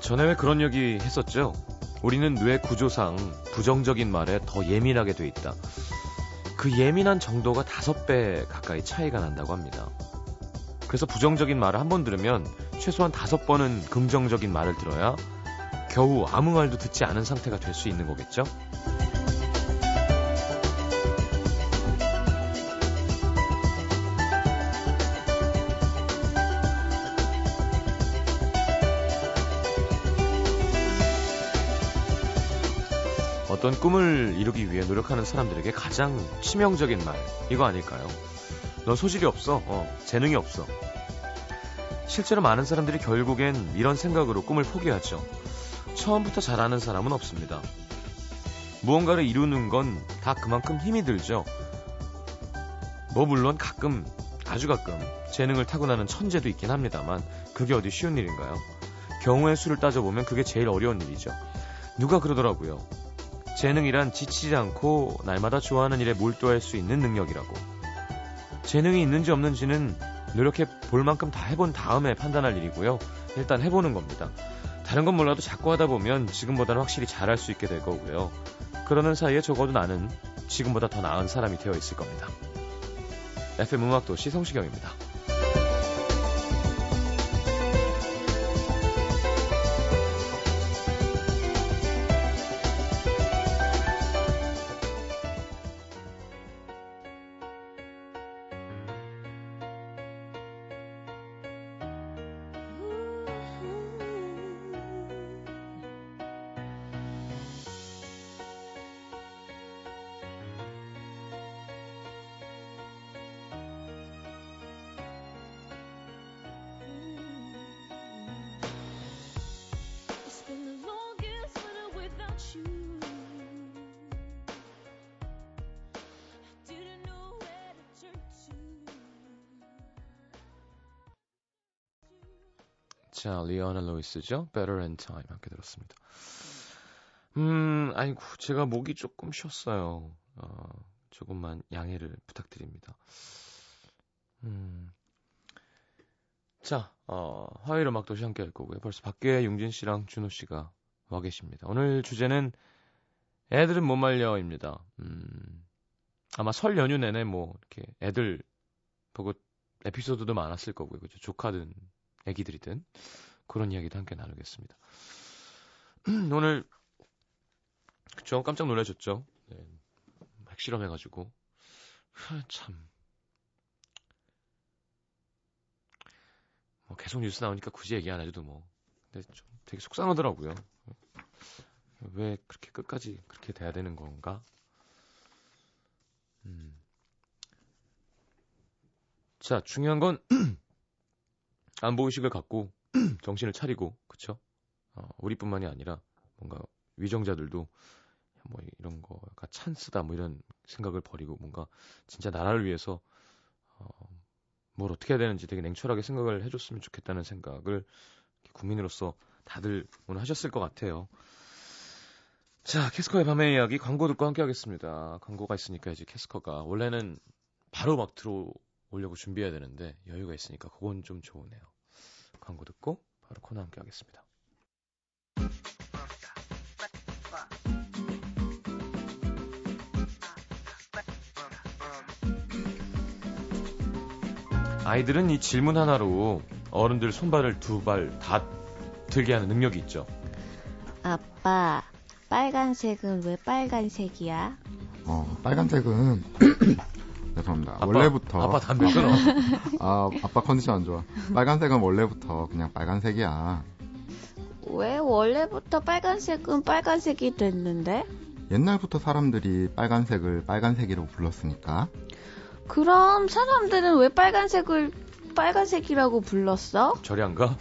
전에 왜 그런 얘기 했었죠? 우리는 뇌 구조상 부정적인 말에 더 예민하게 돼 있다. 그 예민한 정도가 다섯 배 가까이 차이가 난다고 합니다. 그래서 부정적인 말을 한 번 들으면 최소한 다섯 번은 긍정적인 말을 들어야 겨우 아무 말도 듣지 않은 상태가 될 수 있는 거겠죠? 어떤 꿈을 이루기 위해 노력하는 사람들에게 가장 치명적인 말, 이거 아닐까요? 넌 소질이 없어. 어, 재능이 없어. 실제로 많은 사람들이 결국엔 이런 생각으로 꿈을 포기하죠. 처음부터 잘하는 사람은 없습니다. 무언가를 이루는 건 다 그만큼 힘이 들죠. 뭐 물론 가끔, 아주 가끔 재능을 타고나는 천재도 있긴 합니다만 그게 어디 쉬운 일인가요? 경우의 수를 따져보면 그게 제일 어려운 일이죠. 누가 그러더라고요. 재능이란 지치지 않고 날마다 좋아하는 일에 몰두할 수 있는 능력이라고. 재능이 있는지 없는지는 노력해 볼 만큼 다 해본 다음에 판단할 일이고요. 일단 해보는 겁니다. 다른 건 몰라도 자꾸 하다 보면 지금보다는 확실히 잘할 수 있게 될 거고요. 그러는 사이에 적어도 나는 지금보다 더 나은 사람이 되어 있을 겁니다. FM 음악도시 성시경입니다. It's been the longest winter without you. I didn't know where to turn to. 자, 리아나 로이스죠? Better in Time 함께 들었습니다. 음, 아이고, 제가 목이 조금 쉬었어요. 어, 조금만 양해를 부탁드립니다. 음. 자, 어, 화요일 음악 도시 함께 할 거고요. 벌써 밖에 용진 씨랑 준호 씨가 와 계십니다. 오늘 주제는 애들은 못 말려입니다. 음, 아마 설 연휴 내내 뭐, 이렇게 애들 보고 에피소드도 많았을 거고요. 그죠? 조카든 애기들이든 그런 이야기도 함께 나누겠습니다. 오늘 그쵸 깜짝 놀라셨죠? 네. 핵실험 해가지고 하, 참. 뭐 계속 뉴스 나오니까 굳이 얘기 안 해도 뭐. 근데 좀 되게 속상하더라고요. 왜 그렇게 끝까지 그렇게 돼야 되는 건가? 음. 자, 중요한 건 안보의식을 갖고 정신을 차리고 그쵸? 어, 우리뿐만이 아니라 뭔가 위정자들도 뭐 이런 거 약간 찬스다 뭐 이런 생각을 버리고 뭔가 진짜 나라를 위해서 어, 뭘 어떻게 해야 되는지 되게 냉철하게 생각을 해줬으면 좋겠다는 생각을 국민으로서 다들 오늘 하셨을 것 같아요. 자, 캐스커의 밤의 이야기 광고 듣고 함께 하겠습니다. 광고가 있으니까 이제 캐스커가 원래는 바로 막 들어오려고 준비해야 되는데 여유가 있으니까 그건 좀 좋으네요. 광고 듣고 바로 코너 함께 하겠습니다. 아이들은 이 질문 하나로 어른들 손발을 두 발 다 들게 하는 능력이 있죠. 아빠, 빨간색은 왜 빨간색이야? 어, 빨간색은 죄송합니다. 음. 아빠, 원래부터 아빠 담배 끊어. 아, 아빠 컨디션 안 좋아. 빨간색은 원래부터 그냥 빨간색이야. 왜 원래부터 빨간색은 빨간색이 됐는데? 옛날부터 사람들이 빨간색을 빨간색이라고 불렀으니까 그럼 사람들은 왜 빨간색을 빨간색이라고 불렀어? 저리 안 가?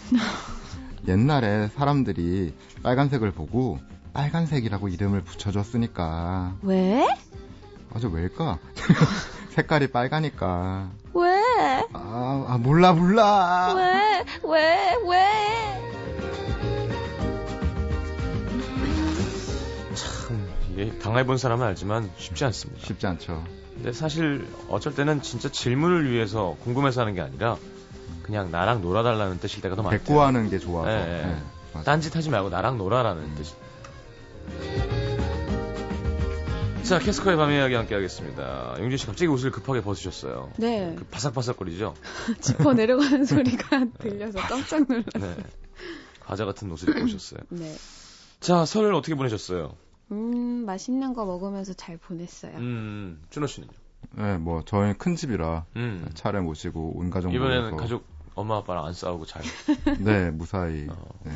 옛날에 사람들이 빨간색을 보고 빨간색이라고 이름을 붙여줬으니까 왜? 아저 왜일까? 색깔이 빨가니까 왜? 아, 아, 몰라 몰라 왜? 왜? 왜? 참, 이게 당해본 사람은 알지만 쉽지 않습니다. 쉽지 않죠 근데 사실 어쩔 때는 진짜 질문을 위해서 궁금해서 하는 게 아니라 그냥 나랑 놀아달라는 뜻일 때가 더 많아요. 대꾸하는 게 좋아서 예, 예. 네, 맞아. 음. 딴짓 하지 말고 나랑 놀아라는 뜻이. 자, 캐스커의 밤의 이야기 함께 하겠습니다. 용진 씨 갑자기 옷을 급하게 벗으셨어요. 네. 그 바삭바삭거리죠? 짚어 내려가는 소리가 들려서 깜짝 놀랐어요. 네. 과자 같은 옷을 입고 오셨어요. 네. 자, 설을 어떻게 보내셨어요? 음, 맛있는 거 먹으면서 잘 보냈어요. 음, 준호 씨는요? 네, 뭐 저희 큰 집이라 음. 차례 모시고 온 가족 이번에는 모여서 가족, 엄마, 아빠랑 안 싸우고 잘. 네 무사히 어. 네.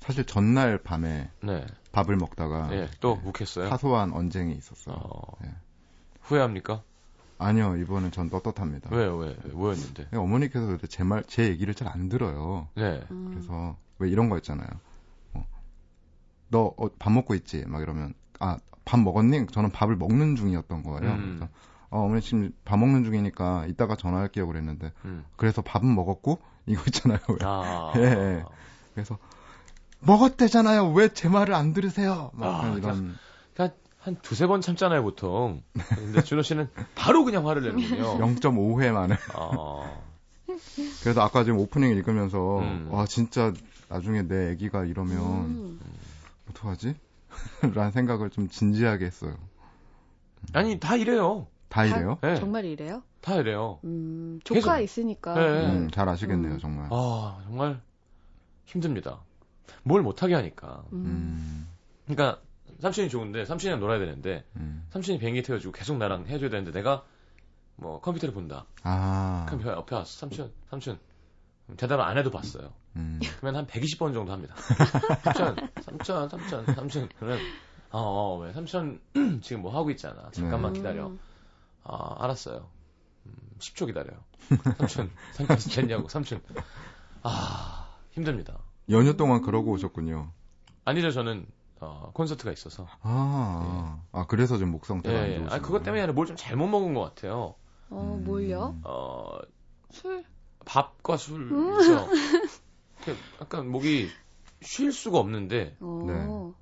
사실 전날 밤에 네. 밥을 먹다가 예, 또 묵했어요? 사소한 언쟁이 있었어요. 어. 아, 네. 후회합니까? 아니요 이번엔 전 떳떳합니다. 예, 왜, 왜, 왜, 뭐였는데? 어머니께서 제말제 얘기를 잘 안 들어요. 네. 음. 그래서 왜 이런 거 있잖아요. 어, 너밥 먹고 있지? 막 이러면 아 밥 먹었니? 저는 밥을 먹는 중이었던 거예요. 음. 그래서 어, 어머니 지금 밥 먹는 중이니까 이따가 전화할게요 그랬는데 음. 그래서 밥은 먹었고 이거 있잖아요. 왜? 아. 예, 예. 그래서 먹었대잖아요. 왜 제 말을 안 들으세요? 막 아, 약간 이런 그러니까 한 두세 번 참잖아요, 보통. 근데 준호 씨는 바로 그냥 화를 내는군요. 0.5회 만에. 아. 그래서 아까 지금 오프닝 읽으면서 음. 와 진짜 나중에 내 아기가 이러면 음. 어떡하지? 라는 생각을 좀 진지하게 했어요. 아니, 다 이래요. 다 이래요? 예. 정말 이래요? 다 이래요. 음, 조카 계속- 있으니까. 네. 음, 잘 아시겠네요, 음. 정말. 아, 정말 힘듭니다. 뭘 못하게 하니까. 음. 음, 그러니까, 삼촌이 좋은데, 삼촌이랑 놀아야 되는데, 음. 삼촌이 비행기 태워주고 계속 나랑 해줘야 되는데, 내가 뭐 컴퓨터를 본다. 아, 그럼 옆에- 옆에 와서, 삼촌, 삼촌. 대답을 안 해도 봤어요. 음, 그러면 한 120번 정도 합니다. 삼촌, 삼촌, 삼촌, 삼촌. 그러면, 어, 어, 왜, 삼촌, 지금 뭐 하고 있잖아. 잠깐만 음. 기다려. 아, 알았어요. 음, 10초 기다려요. 삼촌, 삼촌 됐냐고, 삼촌. 아, 힘듭니다. 연휴 동안 그러고 오셨군요. 아니죠, 저는, 어, 콘서트가 있어서. 아, 아, 그래서 좀 목성 예, 되게 안 네. 예. 좋으시네요. 아니, 그것 때문에 아니라 뭘 좀 잘못 먹은 것 같아요. 어, 뭘요? 음. 어, 술? 밥과 술, 그래서 약간 목이 쉴 수가 없는데, 아, 어,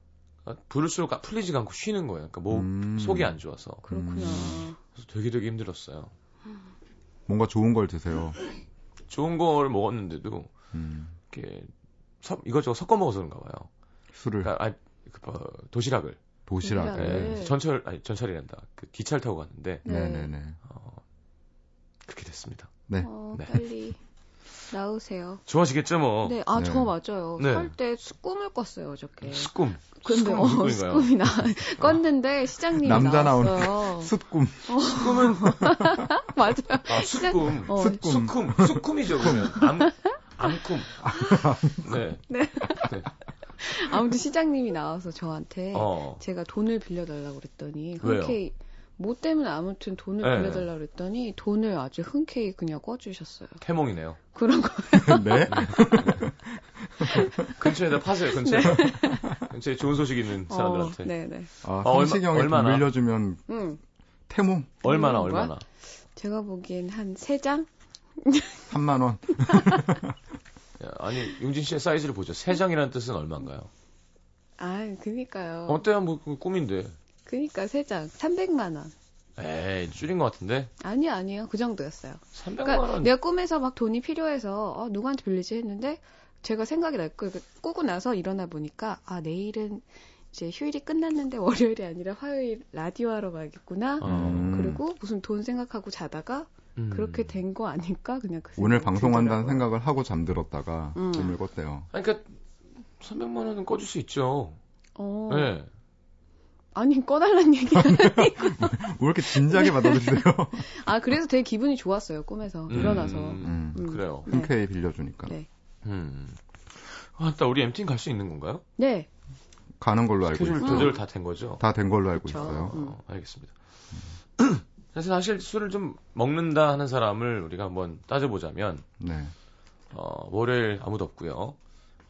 네. 부를수록 풀리지가 않고 쉬는 거예요. 그러니까 목, 음. 속이 안 좋아서. 그렇구나. 그래서 되게 되게 힘들었어요. 뭔가 좋은 걸 드세요. 좋은 걸 먹었는데도, 음, 이렇게, 섞- 이것저것 섞어 먹어서 그런가 봐요. 술을, 그러니까, 아, 그, 뭐, 도시락을. 도시락. 예, 네. 그래서 전철, 아니, 전철이란다. 그 기차를 타고 갔는데, 네. 네네네. 어, 그렇게 됐습니다. 네. 어, 네. 빨리 나으세요. 좋아하시겠죠, 뭐. 네, 아, 네. 저 맞아요. 네. 살 때 꿈을 꿨어요, 어저께. 스꿈. 근데, 스꿈은 어, 무슨 꿈인가요? 아. 꿈이 나, 껐는데 시장님이 남자 나오는 나왔어요. 숯꿈. 꿈은 맞아요. 아, 수꿈. 어, 숯꿈. 수쿰. 수쿰이죠, 그러면. 암, 암쿰. 네. 아무튼 시장님이 나와서 저한테 어. 제가 돈을 빌려달라고 그랬더니 왜요? 흔쾌히 뭐 때문에 아무튼 돈을 네. 빌려달라고 그랬더니 돈을 아주 흔쾌히 그냥 꿔주셨어요. 태몽이네요. 그런 거 네. 근처에다 파세요, 근처에. 근처에 좋은 소식 있는 사람들한테. 네. 어, 네네. 아, 어. 얼마- 성시경이 돈 얼마나? 빌려주면 응. 태몽 얼마나, 태몽인 거야? 얼마나. 제가 보기엔 한 세 장? 3만 원. 야, 예, 아니, 용진 씨의 사이즈를 보죠. 세 장이라는 뜻은 얼마인가요? 아, 그니까요. 어때요? 뭐, 그 꿈인데. 그니까 세 장. 300만 원. 에이, 줄인 것 같은데? 아니요, 아니요. 그 정도였어요. 300만원. 그러니까 내가 꿈에서 막 돈이 필요해서 어, 누구한테 빌리지 했는데 제가 생각이 났고 그 꾸고 나서 일어나 보니까 아 내일은 이제 휴일이 끝났는데 월요일이 아니라 화요일 라디오 하러 가겠구나. 아, 음. 어. 그리고 무슨 돈 생각하고 자다가 음. 그렇게 된 거 아닐까 그냥 그 오늘 생각이 방송한다는 들더라고요. 생각을 하고 잠들었다가 음. 꿈을 꿨대요. 아니, 그니까, 300만원은 꺼줄 수 있죠. 어. 네. 아니 꺼달란 얘기야. 왜 이렇게 진지하게 받아들이세요? 아 그래서 되게 기분이 좋았어요 꿈에서 음. 일어나서. 음, 음. 그래요. 네. 흔쾌히 빌려주니까. 네. 음. 아, 나 우리 MT 갈 수 있는 건가요? 네. 가는 걸로 알고 스케줄 있어요. 조절 다 된 거죠? 다 된 걸로 알고 그쵸. 있어요. 음. 어, 알겠습니다. 그래서 사실 술을 좀 먹는다 하는 사람을 우리가 한번 따져보자면 네. 어, 월요일 아무도 없고요.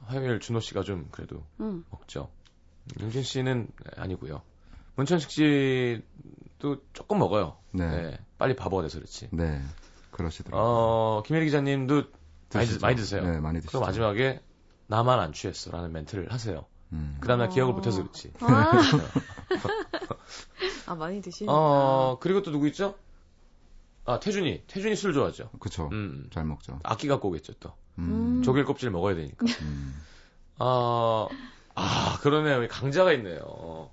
화요일 준호 씨가 좀 그래도 음. 먹죠. 용진 씨는 아니고요. 문천식 씨도 조금 먹어요. 네. 네, 빨리 바보가 돼서 그렇지. 네. 그러시더라고요. 어, 김혜리 기자님도 많이, 드, 드시죠. 많이 드세요. 네, 많이 드시죠. 그럼 마지막에 나만 안 취했어라는 멘트를 하세요. 음. 그 다음날 어. 기억을 못해서 그렇지. 아, 아 많이 드시니까. 어, 그리고 또 누구 있죠? 아, 태준이. 태준이 술 좋아하죠. 그쵸. 음. 잘 먹죠. 악기 갖고 오겠죠, 또. 음. 조개 껍질 먹어야 되니까. 음. 아, 아, 그러네. 우리 강자가 있네요.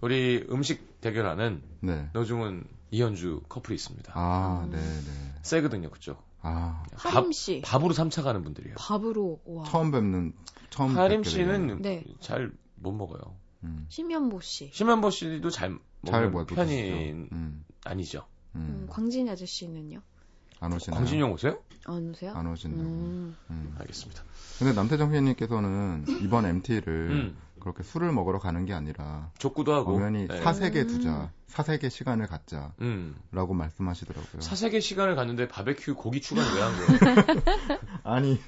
우리 음식 대결하는 네. 노중훈, 이현주 커플이 있습니다. 아, 음. 네, 네. 세거든요, 그쪽. 아, 밥, 하림 씨 밥으로 3차 가는 분들이에요. 밥으로 와 처음 뵙는 처음 하림 뵙게 되는, 씨는 네. 잘 못 먹어요. 음, 심연보 씨, 심현보 씨도 잘 잘 먹는 못뭐 편인 드시죠. 음, 아니죠. 음, 음. 광진이 아저씨는요? 안 오시나요? 광진영 오세요? 안 오세요? 안 오신다고. 음. 음. 알겠습니다. 근데 남태정 PD님께서는 이번 MT를 음, 그렇게 술을 먹으러 가는 게 아니라 족구도 하고. 엄연히 네. 사색에 음. 두자, 사색에 시간을 갖자라고 음. 말씀하시더라고요. 사색의 시간을 갔는데 바베큐 고기 추가는 왜 한 거예요? 아니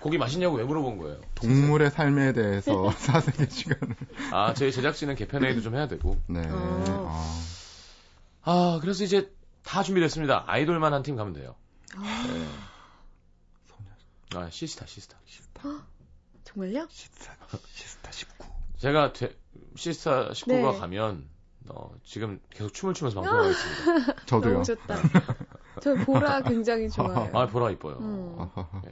고기 맛있냐고 왜 물어본 거예요? 동물의 삶에 대해서 사색의 시간을. 아, 저희 제작진은 개편 회의도 좀 해야 되고. 네. 어. 아. 아, 그래서 이제 다 준비됐습니다. 아이돌만 한 팀 가면 돼요. 아, 네. 아, 시스타, 시스타. 정말요? 시스타, 시스타 19. 제가 되- 시스타 19가 네. 가면, 어, 지금 계속 춤을 추면서 방송하고 있습니다. 저도요. 너무 좋다. 저 보라 굉장히 좋아해요. 아, 보라 이뻐요. 음. 아하하. 예.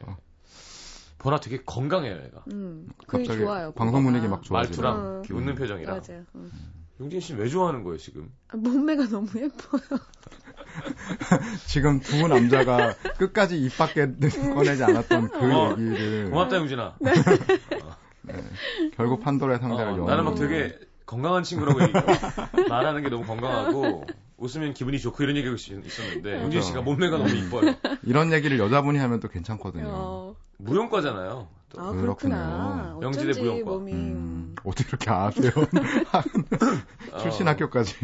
보라 되게 건강해요, 얘가. 음, 그게 갑자기 좋아요. 방송 보라가. 분위기 막 좋아지네. 말투랑 음. 이렇게 웃는 표정이랑. 맞아요. 음. 용진 씨는 왜 좋아하는 거예요, 지금? 아, 몸매가 너무 예뻐요. 지금 두 남자가 끝까지 입 밖에 꺼내지 않았던 그 어. 얘기를 고맙다, 용진아. 네. 결국 판도라의 상자를 어, 여 나는 막 되게 건강한 친구라고 얘기해요. 말하는 게 너무 건강하고 웃으면 기분이 좋고 이런 얘기가 있- 음. 있었는데 용진 씨가 몸매가 너무 이뻐요. 이런 얘기를 여자분이 하면 또 괜찮거든요. 어. 무용과잖아요. 또. 아, 그렇구나. 그렇군요. 영지대 어쩐지 무용과. 몸이. 음, 어떻게 이렇게 아세요? 출신 어, 아, 학교까지.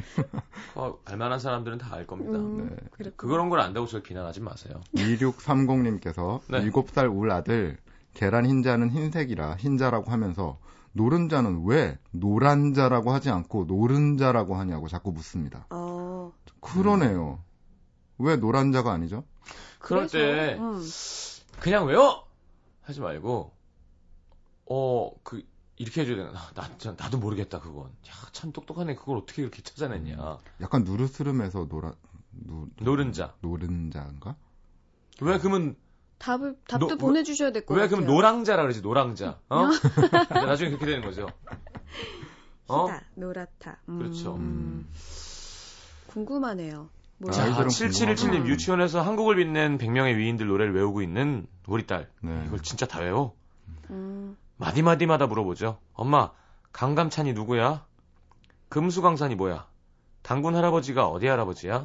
어, 알만한 사람들은 다 알 겁니다. 음, 네. 그렇군. 그런 걸 안다고 저를 비난하지 마세요. 2630님께서 네. 7살 울 아들 계란 흰자는 흰색이라 흰자라고 하면서 노른자는 왜 노란자라고 하지 않고 노른자라고 하냐고 자꾸 묻습니다. 어, 그러네요. 음. 왜 노란자가 아니죠? 그럴 그래서, 때 음. 그냥 외워 하지 말고 어 그 이렇게 해줘야 되나? 나, 나 진짜 나도 모르겠다 그건. 야 참 똑똑하네. 그걸 어떻게 이렇게 찾아냈냐. 약간 누르스름해서 노란 노, 노른자. 노른자인가? 왜 그러면 답을, 답도 노- 보내주셔야 될 것 같아요. 왜 그럼 노랑자라 그러지 노랑자? 어? 나중에 그렇게 되는 거죠. 어? 히다, 노랗다. 음, 그렇죠. 음. 궁금하네요. 뭐, 아, 자, 아이들은 7717님 궁금하구나. 유치원에서 한국을 빛낸 100명의 위인들 노래를 외우고 있는 우리 딸. 네. 이걸 진짜 다 외워? 음, 마디마디마다 물어보죠. 엄마, 강감찬이 누구야? 금수강산이 뭐야? 당군 할아버지가 어디 할아버지야?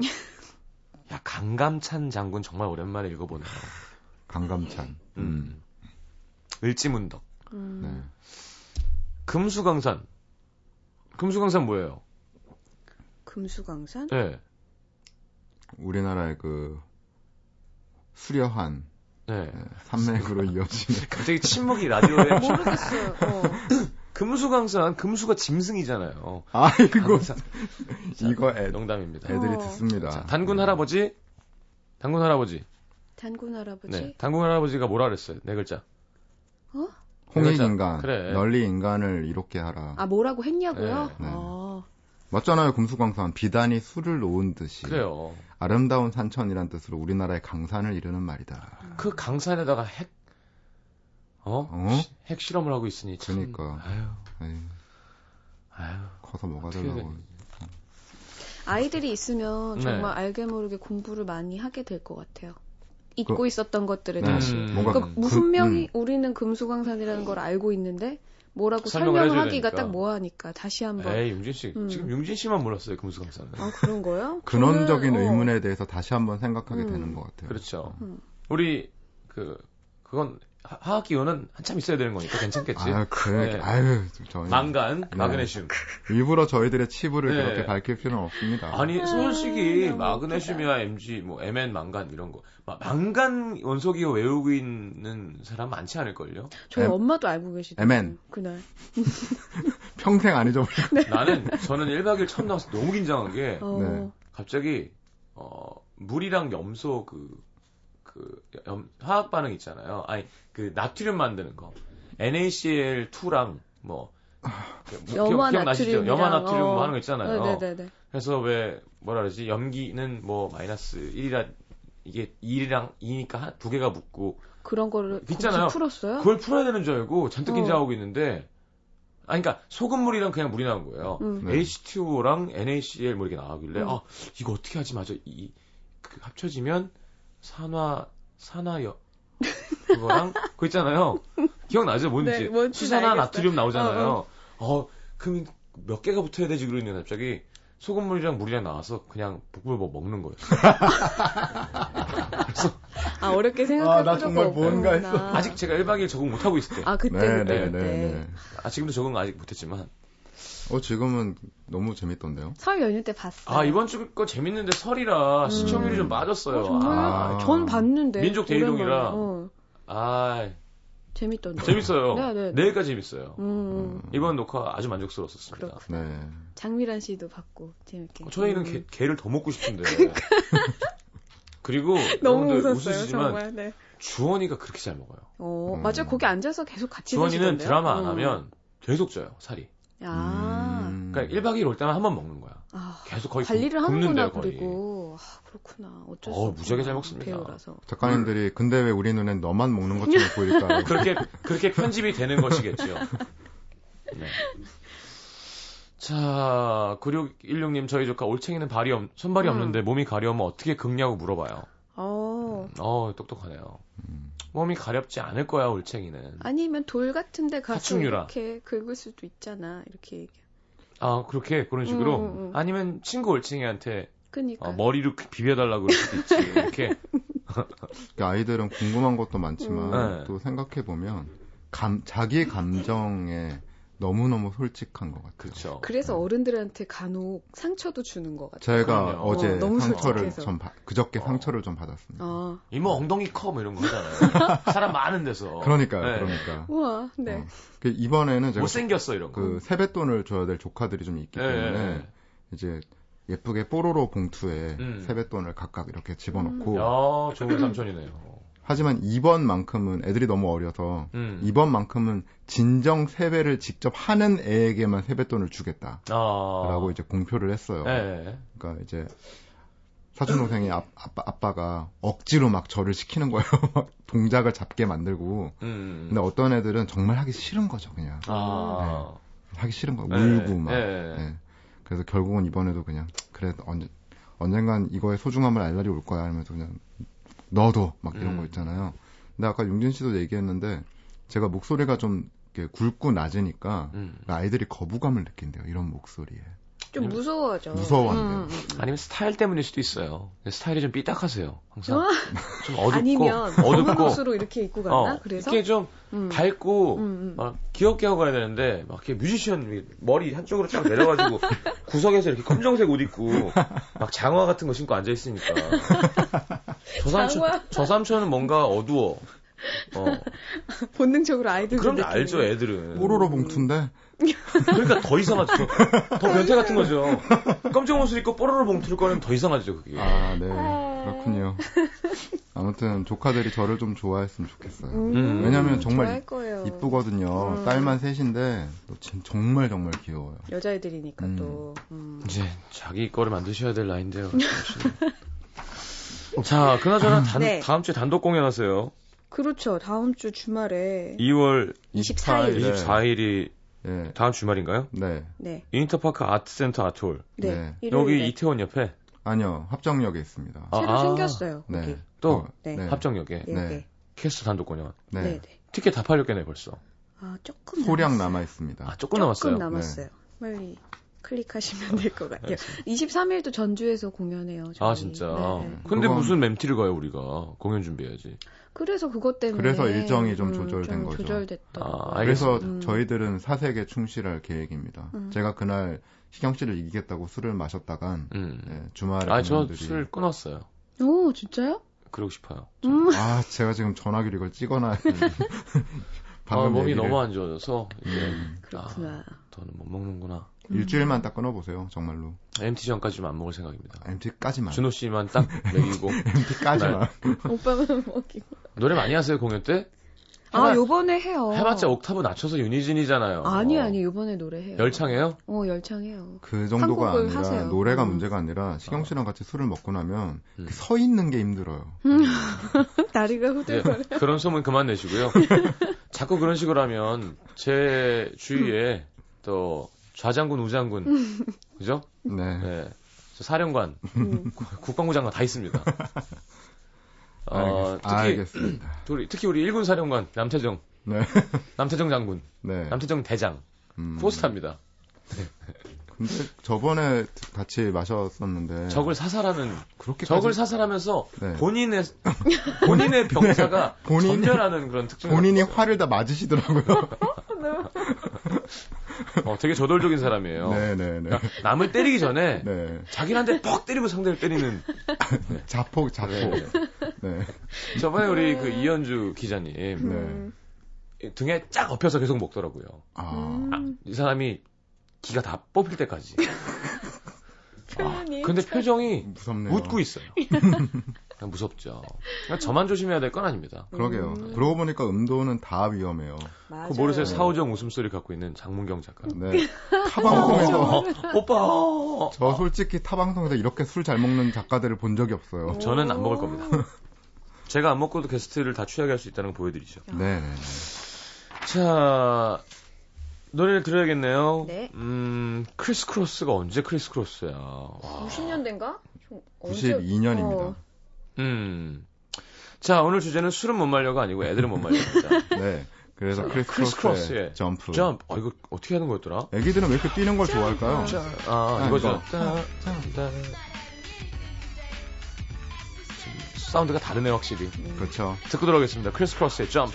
야, 강감찬 장군 정말 오랜만에 읽어보네요. 강감찬. 음. 음. 을지문덕. 음. 네. 금수강산. 금수강산 뭐예요? 금수강산? 예. 우리나라의 그 수려한 네. 네, 산맥으로 이어지는 갑자기 침묵이 라디오에 모르겠어요. 어. 금수강산 금수가 짐승이잖아요. 아이고 강산. 이거 애, 농담입니다. 애들이 어. 듣습니다. 네. 자, 단군 할아버지 단군 할아버지 단군 할아버지? 네 단군 할아버지가 뭐라 그랬어요? 네 글자. 홍익 그러자. 인간 그래. 널리 인간을 이롭게 하라. 아, 뭐라고 했냐고요? 네, 네. 어. 맞잖아요 금수강산 비단이 술을 놓은 듯이 그래요. 아름다운 산천이란 뜻으로 우리나라의 강산을 이르는 말이다. 그 강산에다가 핵 어? 아. 어? 시- 핵 실험을 하고 있으니 참. 그러니까. 아유. 에이, 아유. 커서 뭐가 어떻게 되려고 아이들이 있으면 네. 정말 알게 모르게 공부를 많이 하게 될 것 같아요. 잊고 그- 있었던 것들을 네. 다시. 음. 뭔가 그러니까 음. 무슨 명이 우리는 금수강산이라는 걸 알고 있는데 뭐라고 설명을 설명을 해줘야 하기가 되니까. 딱 뭐하니까 다시 한번. 에이, 용진 씨. 음. 지금 용진 씨만 몰랐어요. 금수강산은. 아 그런 거요? 근원적인 저는, 어, 의문에 대해서 다시 한번 생각하게 음. 되는 것 같아요. 그렇죠. 음. 우리 그 그건 하- 하학 기호는 한참 있어야 되는 거니까 괜찮겠지. 아, 그래. 네. 아유, 저희 망간, 마그네슘. 일부러 저희들의 치부를 네. 그렇게 밝힐 필요는 없습니다. 아니 소연식이 너무 마그네슘이나 MG, 뭐 MN 망간 이런 거 마- 망간 원소기호 외우고 있는 사람 많지 않을걸요? 저희 M- 엄마도 알고 계시더라고요. MN. 그날. 평생 안 잊어버릴 네. 나는 저는 1박 2일 처음 나와서 너무 긴장한 게 어, 네. 갑자기 어 물이랑 염소 그, 그 염- 화학 반응 있잖아요. 아니 그 나트륨 만드는 거 NaCl2랑 뭐 뭐, 염화 기억나시죠? 염화 나트륨이랑, 나트륨 뭐 어. 하는 거 있잖아요. 네네네. 그래서 왜 뭐라 그러지? 염기는 뭐 마이너스 1이라 이게 일이랑 이니까 두 개가 붙고 그런 거를 있잖아요. 거기서 풀었어요? 그걸 풀어야 되는 줄 알고 잔뜩 어. 긴장하고 있는데 아 그러니까 소금물이랑 그냥 물이 나온 거예요. 음. 네. H2O랑 NaCl 뭐 이렇게 나오길래 음. 아 이거 어떻게 하지 맞아 이 그 합쳐지면 산화 산화여 그거랑 그거 있잖아요 기억나죠 뭔지, 네, 뭔지는 수산화 알겠어요. 나트륨 나오잖아요 어, 그럼 몇 개가 붙어야 되지 그러니 갑자기 소금물이랑 물이랑 나와서 그냥 복불복 먹는 거예요 아 어렵게 생각할 아, 나 필요가 정말 뭔가 했어. 없구나. 아직 제가 1박 2일 적응 못하고 있을 때 아 그때 네, 그때 네, 그때. 네, 네. 아, 지금도 적응 아직 못했지만 어, 지금은 너무 재밌던데요. 설 연휴 때 봤어요. 아 이번 주 거 재밌는데 설이라 네. 음. 시청률이 좀 어, 맞았어요 정말 아. 전 봤는데 민족 대이동이라. 오랜만에. 어, 아 재밌던데. 재밌어요. 네, 네. 내일까지 재밌어요. 음, 이번 녹화 아주 만족스러웠습니다. 었 그렇구나. 네. 장미란 씨도 봤고 재밌게. 어, 저희는 음. 개, 개를 더 먹고 싶은데. 그리고 그러니까. 너무 여러분들 웃었어요 웃으시지만 정말. 네. 주원이가 그렇게 잘 먹어요. 어 음. 맞아 요 거기 앉아서 계속 같이 주원이는 드시던데요? 드라마 안 음. 하면 계속 쪄요 살이. 아, 음. 그러니까 1박 2일 올 때만 한 번 먹는 거야. 아, 계속 거의 관리를 굶- 굶는데요, 하는구나 거의. 그리고 아, 그렇구나 어쩔 어우, 수 없구나. 무지하게 잘 먹습니다. 배우라서 음. 작가님들이 근데 왜 우리 눈엔 너만 먹는 것처럼 보일까요? 그렇게 그렇게 편집이 되는 것이겠죠. 네. 자, 9616님 저희 조카 올챙이는 발이 없, 손발이 음. 없는데 몸이 가려우면 어떻게 긁냐고 물어봐요. 어 어, 똑똑하네요. 음. 몸이 가렵지 않을 거야, 올챙이는. 아니면 돌 같은데 가서 파충류라. 이렇게 긁을 수도 있잖아 이렇게 아, 그렇게, 그런 식으로. 음, 아. 음, 음. 아니면 친구 올챙이한테 그니까 어, 머리로 그- 비벼달라고 그럴 수도 있지. 이렇게. 그러니까 아이들은 궁금한 것도 많지만 음. 또 생각해 보면 감 자기 감정에 너무너무 솔직한 것 같아요. 그쵸. 그래서 어른들한테 간혹 상처도 주는 것 같아. 제가 그럼요. 어제 어, 너무 상처를 솔직해서. 좀 받- 그저께 어. 상처를 좀 받았습니다. 아, 이모 엉덩이 커, 뭐 이런 거 하잖아요. 사람 많은 데서. 그러니까요, 네. 그러니까. 우와, 네. 어. 그 이번에는 제가 못생겼어, 이런 거. 그 세뱃돈을 줘야 될 조카들이 좀 있기 예, 때문에 예, 예. 이제 예쁘게 뽀로로 봉투에 음. 세뱃돈을 각각 이렇게 집어넣고 뭐. 야, 좋은 삼촌이네요. 하지만 이번만큼은 애들이 너무 어려서 음. 이번만큼은 진정 세배를 직접 하는 애에게만 세뱃돈을 주겠다라고 아. 이제 공표를 했어요. 예, 예. 그러니까 이제 사촌 동생이 아, 아빠 아빠가 억지로 막 저를 시키는 거예요. 막 동작을 잡게 만들고. 음. 근데 어떤 애들은 정말 하기 싫은 거죠, 그냥 아. 하기 싫은 거 예, 울고 막. 예, 예. 그래서 결국은 이번에도 그냥 그래 언제 언젠간 이거의 소중함을 알 날이 올 거야 하면서 그냥 너도 막 이런 음. 거 있잖아요. 근데 아까 용진 씨도 얘기했는데 제가 목소리가 좀 이렇게 굵고 낮으니까 음. 아이들이 거부감을 느낀대요. 이런 목소리에. 좀 음, 무서워져. 무서워한대요. 아니면 스타일 때문일 수도 있어요. 스타일이 좀 삐딱하세요. 항상 어? 좀 어둡고 아니면 검은 어둡고 옷으로 이렇게 입고 갔나? 그래서 이게 좀 음. 밝고 음, 음. 막 귀엽게 하고 가야 되는데 막 이렇게 뮤지션 머리 한쪽으로 쫙 내려가지고 구석에서 이렇게 검정색 옷 입고 막 장화 같은 거 신고 앉아 있으니까 저 삼촌 장화? 저 삼촌은 뭔가 어두워. 어그 본능적으로 아이들 그런 게 알죠 애들은. 뽀로로 봉투인데 그러니까 더 이상하죠. 더 변태 같은 거죠. 검정 옷을 입고 뽀로로 봉투를 꺼내면 더 이상하죠 그게. 아, 네. 그렇군요. 아무튼 조카들이 저를 좀 좋아했으면 좋겠어요. 음. 왜냐면 정말 좋아할 거예요. 이쁘거든요. 음. 딸만 셋인데 또 진- 정말 정말 귀여워요. 여자애들이니까 음. 또. 음. 이제 자기 거를 만드셔야 될 나인데요. 자, 그나저나 단- 네. 다음 주에 단독 공연하세요. 그렇죠. 다음 네. 주 주말에 2월 네. 24일. 24일이 예. 다음 주말인가요? 네. 네. 인터파크 아트센터 아트홀. 네. 네. 일요일에 여기 이태원 옆에 아니요. 합정역에 있습니다. 아, 새로 생겼어요. 거기. 네. 또 어, 네. 합정역에 네. 네. 네. 캐스트 단독 공연. 네. 네, 네. 티켓 다 팔렸겠네 벌써. 아, 조금 소량 남았어요. 남아 있습니다. 아, 조금 남았어요. 네. 조금 남았어요. 빨리 클릭하시면 될 것 같아요. 23일도 전주에서 공연해요. 저희. 아 진짜. 네. 근데 그건- 무슨 맴티를 가요 우리가 공연 준비해야지. 그래서 그것 때문에 음, 그래서 일정이 좀 조절된 거죠. 조절됐다. 아, 그래서 알겠습니다. 음. 저희들은 사색에 충실할 계획입니다. 음. 제가 그날 시경 씨를 이기겠다고 술을 마셨다간 음. 예, 주말에 아 저 분들이- 술 끊었어요. 오 진짜요? 그러고 싶어요. 음. 아, 제가 지금 전화기로 이걸 찍어놔. 아, 몸이 얘기를- 너무 안 좋아져서 이제 음. 그렇구나. 더는 못 먹는구나. 일주일만 딱 끊어보세요, 정말로. MT 전까지 좀 안 먹을 생각입니다. MT까지만. 준호 씨만 딱 먹이고 MT까지만. 네. 아. 오빠만 먹이고. 노래 많이 하세요 공연 때? 아, 해봐- 요번에 해요. 해봤자 옥타브 낮춰서 윤희진이잖아요. 어. 아니, 아니, 요번에 노래해요. 열창해요? 어, 열창해요. 그 정도가 한국을 아니라 하세요. 노래가 음. 문제가 아니라 시경 씨랑 같이 술을 먹고 나면 음. 그서 있는 게 힘들어요. 다리가 예, 후들거려. 그런 소문 그만 내시고요. 자꾸 그런 식으로 하면 제 주위에 또 좌장군, 우장군, 그죠? 네. 예, 저 사령관, 음. 국방부 장관 다 있습니다. 어, 알겠, 특히, 알겠습니다. 우리, 특히 우리 일군 사령관 남태정, 네. 남태정 장군, 네. 남태정 대장, 음. 포스타입니다. 근데 저번에 같이 마셨었는데 적을 사살하는 네. 그렇게 적을 사살하면서 네. 본인의 본인의 병사가 본인이- 전멸하는 그런 특징. 본인이 화를 다 맞으시더라고요. 어, 되게 저돌적인 사람이에요. 그러니까 네, 네, 네. 남을 때리기 전에 네. 자기한테 퍽 때리고 상대를 때리는. 자폭 자폭. 네. 네. 저번에 우리 그 음. 이현주 기자님 네. 등에 쫙 엎여서 계속 먹더라고요. 아. 아, 이 사람이 기가 다 뽑힐 때까지. 아, 표현이 근데 표정이 무섭네요. 웃고 있어요. 무섭죠. 그러니까 저만 조심해야 될 건 아닙니다. 그러게요. 음. 그러고 보니까 음도는 다 위험해요. 그 모르쇠 사오정 웃음소리 갖고 있는 장문경 작가. 네. 어, 타방송에서 오빠. 어. 저 솔직히 타방송에서 이렇게 술 잘 먹는 작가들을 본 적이 없어요. 저는 안 먹을 겁니다. 제가 안 먹고도 게스트를 다 취하게 할 수 있다는 걸 보여드리죠. 네, 네. 자, 노래를 들어야겠네요. 네. 음, 크리스 크로스가 언제 크리스 크로스야? 와. 90년대인가? 어. 92년 입니다. 음. 자, 오늘 주제는 술은 못 말려가 아니고 애들은 못 말려입니다. 네. 그래서 크리스 크리스 크로스의 크로스의 점프. 점프. 아, 이거 어떻게 하는 거였더라? 애기들은 왜 이렇게 뛰는 걸 좋아할까요? 자, 아, 아, 이거죠. 이거. 따, 따. 사운드가 다르네, 확실히. 그렇죠. 듣고 들어오겠습니다. 크리스 크로스의 점프.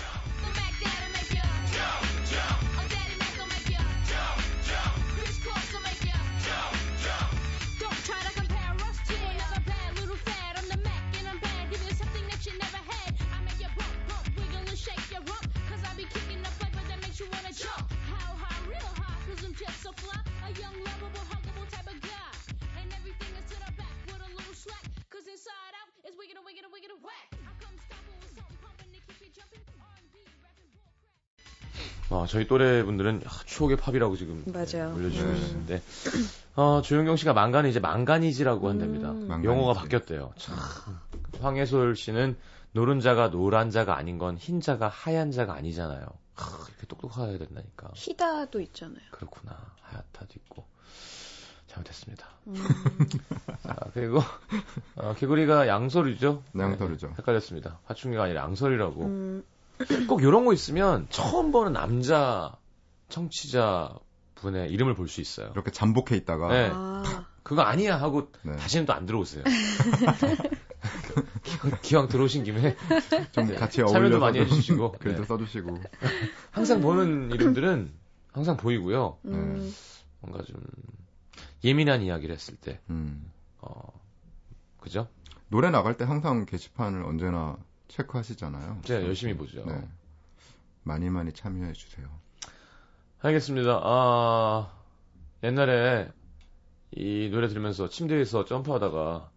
Cause inside out is wiggin' and wiggin' and wiggin' and whack. I come stomping with something pumping to keep you jumping. R&B rapping bull crap. 아, 저희 또래 분들은 아, 추억의 팝이라고 지금 맞아요. 올려주고 네. 계시는데 아, 조용경 씨가 망간이 이제 망간이지라고 한답니다. 음. 망간이지. 용어가 바뀌었대요. 참. 황혜솔 씨는 노른자가 노란자가 아닌 건 흰자가 하얀자가 아니잖아요. 아, 이렇게 똑똑해야 된다니까. 히다도 있잖아요. 그렇구나. 하얗다도 있고. 잘못했습니다. 음. 자, 그리고 아, 개구리가 양설이죠? 네, 네, 양털이죠. 헷갈렸습니다. 화충이가 아니라 양설이라고. 음. 꼭 이런 거 있으면 처음 보는 남자 청취자 분의 이름을 볼 수 있어요. 이렇게 잠복해 있다가 네. 아, 그거 아니야 하고 네. 다시는 또 안 들어오세요. 기왕, 기왕 들어오신 김에 좀 네. 같이 참여도 어울려서 많이 좀 해주시고. 글도 네. 써주시고 항상 보는 이름들은 항상 보이고요. 음. 네. 뭔가 좀 예민한 이야기를 했을 때, 음. 어, 그죠? 노래 나갈 때 항상 게시판을 언제나 체크하시잖아요. 제가 열심히 보죠. 네. 많이 많이 참여해 주세요. 알겠습니다. 아, 옛날에 이 노래 들으면서 침대에서 점프하다가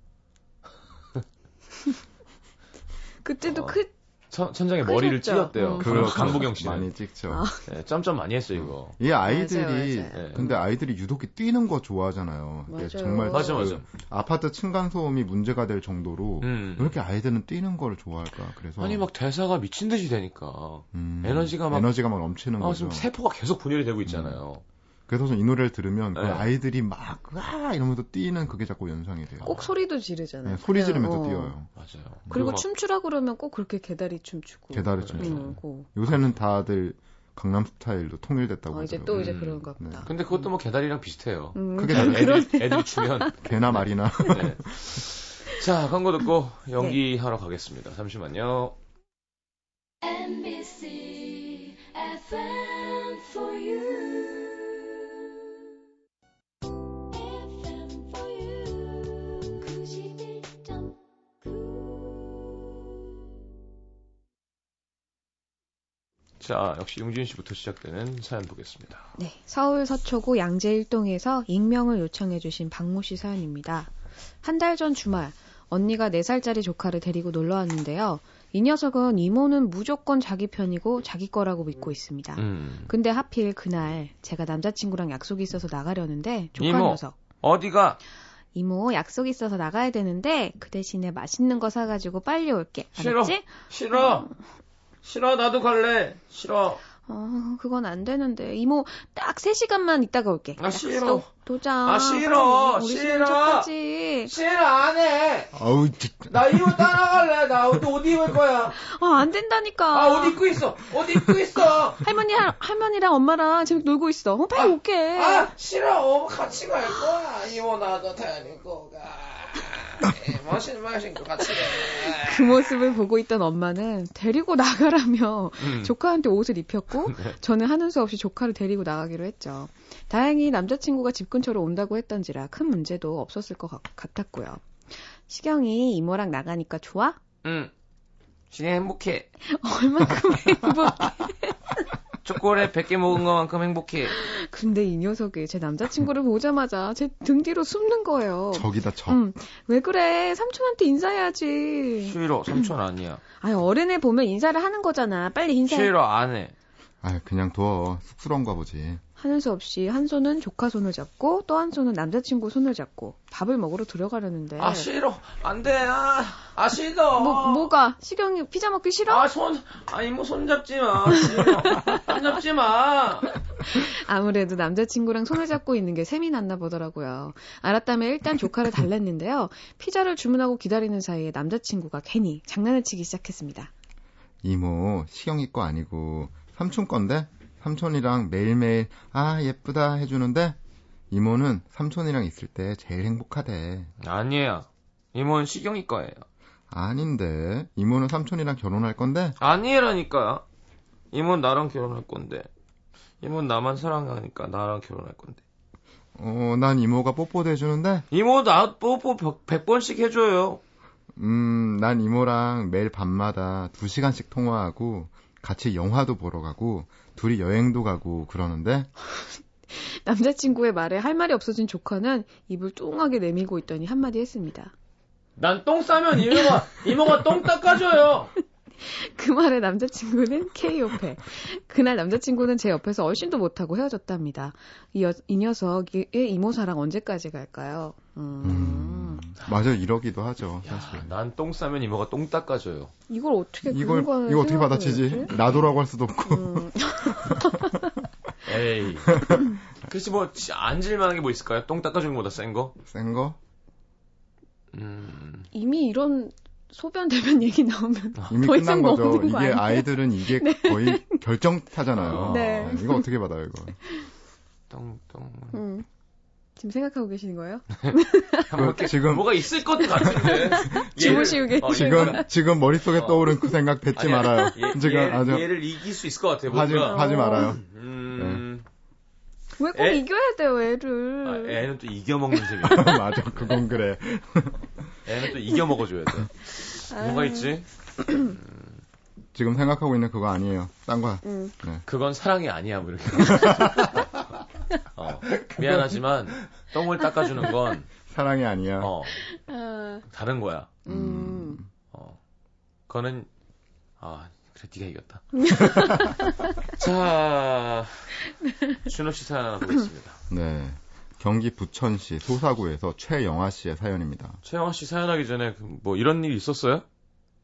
그때도 아, 어. 크, 천, 천장에 머리를 크셨죠? 찧었대요. 그 어. 강- 강보경 씨는. 그렇죠. 많이 찍죠. 아. 네, 점점 많이 했어요, 이거. 이 아이들이 맞아요, 맞아요. 근데 아이들이 유독 이 뛰는 거 좋아하잖아요. 이게 맞아요. 정말 맞아, 그 맞아. 아파트 층간 소음이 문제가 될 정도로 음. 왜 이렇게 아이들은 뛰는 걸 좋아할까? 그래서 아니, 막 대사가 미친 듯이 되니까. 음, 에너지가 막- 에너지가 막 넘치는 아, 거죠. 음. 지금 세포가 계속 분열이 되고 있잖아요. 그래서 저는 이 노래를 들으면 그 네. 아이들이 막와 이러면서 뛰는 그게 자꾸 연상이 돼요. 꼭 소리도 네, 지르잖아요. 소리 지르면서 어. 뛰어요. 맞아요. 그리고 막 춤추라 그러면 꼭 그렇게 개다리 춤추고. 계단을 좀. 음. 고 요새는 다들 강남 스타일로 통일됐다고 어, 이제 하더라고요. 네. 또 이제 음. 그런가 보다. 근데 그것도 뭐 개다리랑 비슷해요. 네, 음, 그게 그- 다른 그런 애들이, 애들이 추면. 개나 말이나 네. 자, 광고 듣고 네. 연기하러 가겠습니다. 잠시만요. NBC FM for you. FM for you. 91.9. 자, 역시 용진 씨부터 시작되는 사연 보겠습니다. 네, 서울 서초구 양재일동에서 익명을 요청해주신 박모 씨 사연입니다. 한 달 전 주말 언니가 4살짜리 조카를 데리고 놀러 왔는데요. 이 녀석은 이모는 무조건 자기 편이고 자기 거라고 믿고 있습니다. 음. 근데 하필 그날 제가 남자친구랑 약속이 있어서 나가려는데 조카 이모. 녀석 어디가? 이모 약속 있어서 나가야 되는데 그 대신에 맛있는 거 사가지고 빨리 올게 싫어. 알았지? 싫어. 싫어. 나도 갈래. 싫어. 어 그건 안 되는데 이모 딱 3시간만 있다가 올게 아, 싫어. 약속, 도장 아, 싫어. 빨리. 우리 싫어. 싫은 척하지 싫어 안 해. 아우 진- 나 이거 따라갈래. 나 옷, 옷 입을 거야. 아안 된다니까 아, 옷 입고 있어. 옷 입고 있어. 할머니 할, 할머니랑 엄마랑 재밌게 놀고 있어 어, 빨리 올게 아, 싫어. 어, 같이 갈 거야. 이모 나도 데리고 가. 예, 멋있는 멋있는 거 같이 가. 그 모습을 보고 있던 엄마는 데리고 나가라며 음. 네. 조카한테 옷을 입혔고 저는 하는 수 없이 조카를 데리고 나가기로 했죠. 다행히 남자친구가 집 근처로 온다고 했던지라 큰 문제도 없었을 것 같- 같았고요. 시경이 이모랑 나가니까 좋아? 응. 진짜 행복해. 얼만큼 행복? 초콜릿 100개 먹은 것만큼 행복해. 근데 이 녀석이 제 남자친구를 보자마자 제 등 뒤로 숨는 거예요. 적이다 적. 음, 왜 그래? 삼촌한테 인사해야지. 싫어. 삼촌 아니야. 아니 어른을 보면 인사를 하는 거잖아. 빨리 인사해. 싫어. 안 해. 아 그냥 둬 쑥스러운가 보지. 하는 수 없이 한 손은 조카 손을 잡고 또 한 손은 남자친구 손을 잡고 밥을 먹으러 들어가려는데 아, 싫어. 안 돼. 아, 아 싫어. 뭐 뭐가 시경이 피자 먹기 싫어? 아, 손, 아, 이모 손 잡지 마. 싫어. 손 잡지 마. 아무래도 남자친구랑 손을 잡고 있는 게 셈이 났나 보더라고요. 알았다며 일단 조카를 달랬는데요. 피자를 주문하고 기다리는 사이에 남자친구가 괜히 장난을 치기 시작했습니다. 이모 시경이 거 아니고 삼촌 건데 삼촌이랑 매일매일 아 예쁘다 해주는데 이모는 삼촌이랑 있을 때 제일 행복하대. 아니에요. 이모는 시경이 거예요. 아닌데 이모는 삼촌이랑 결혼할 건데 아니라니까. 이모는 나랑 결혼할 건데. 이모는 나만 사랑하니까 나랑 결혼할 건데. 어 난 이모가 뽀뽀도 해주는데 이모 뭐, 나 뽀뽀 100번씩 해줘요. 음난 이모랑 매일 밤마다 두 시간씩 통화하고 같이 영화도 보러 가고 둘이 여행도 가고 그러는데 남자친구의 말에 할 말이 없어진 조카는 입을 뚱하게 내밀고 있더니 한마디 했습니다. 난 똥 싸면 이모가, 이모가 똥 닦아줘요. 그 말에 남자친구는 K.O.패. 그날 남자친구는 제 옆에서 얼씬도 못하고 헤어졌답니다. 이, 여- 이 녀석의 이모 사랑 언제까지 갈까요? 음, 음, 맞아 이러기도 하죠 사실. 난 똥 싸면 이모가 똥 닦아줘요. 이걸 어떻게 이걸 그거는 이거 어떻게 생각을 받아치지? 해야지? 나도라고 할 수도 없고. 음, 에이. 글쎄 뭐, 지- 앉을만한 게 뭐 있을까요? 똥 닦아주는 것보다 센 거? 센 거? 음. 이미 이런 소변 대변 얘기 나오면 이미 더 끝난 이상 거죠. 먹는 거 이게 아니야? 아이들은 이게 거의 결정타잖아요. 네. 이거 어떻게 받아요, 이거? 똥, 똥. 음, 지금 생각하고 계시는 거예요? 네. 뭐 이렇게 지금- 뭐가 있을 것 같은데. 주무시우게. 얘를- 어, 얘가- 지금 지금 머릿속에 어. 떠오른 그 생각 뱉지 아니, 아니, 말아요. 얘- 지금 얘를, 아주 얘를 이길 수 있을 것 같아. 하지 뭔가. 어. 하지 말아요. 음. 왜 꼭 애- 이겨야 돼요, 네. 아, 애를? 애는 또 이겨 먹는 셈이야. 맞아, 그건 그래. 애는 또 이겨 먹어줘야 돼. 아. 뭐가 있지? 지금 생각하고 있는 그거 아니에요. 딴 거. 음. 그건 사랑이 아니야, 뭐 이렇게. 어, 미안하지만 똥을 닦아주는 건 사랑이 아니야. 어, 아, 다른 거야. 음. 어, 그거는 아 그래 네가 이겼다. 자, 준호 씨 사연 하나 보겠습니다. 네. 경기 부천시 소사구에서 최영아 씨의 사연입니다. 최영아 씨 사연하기 전에 그뭐 이런 일이 있었어요?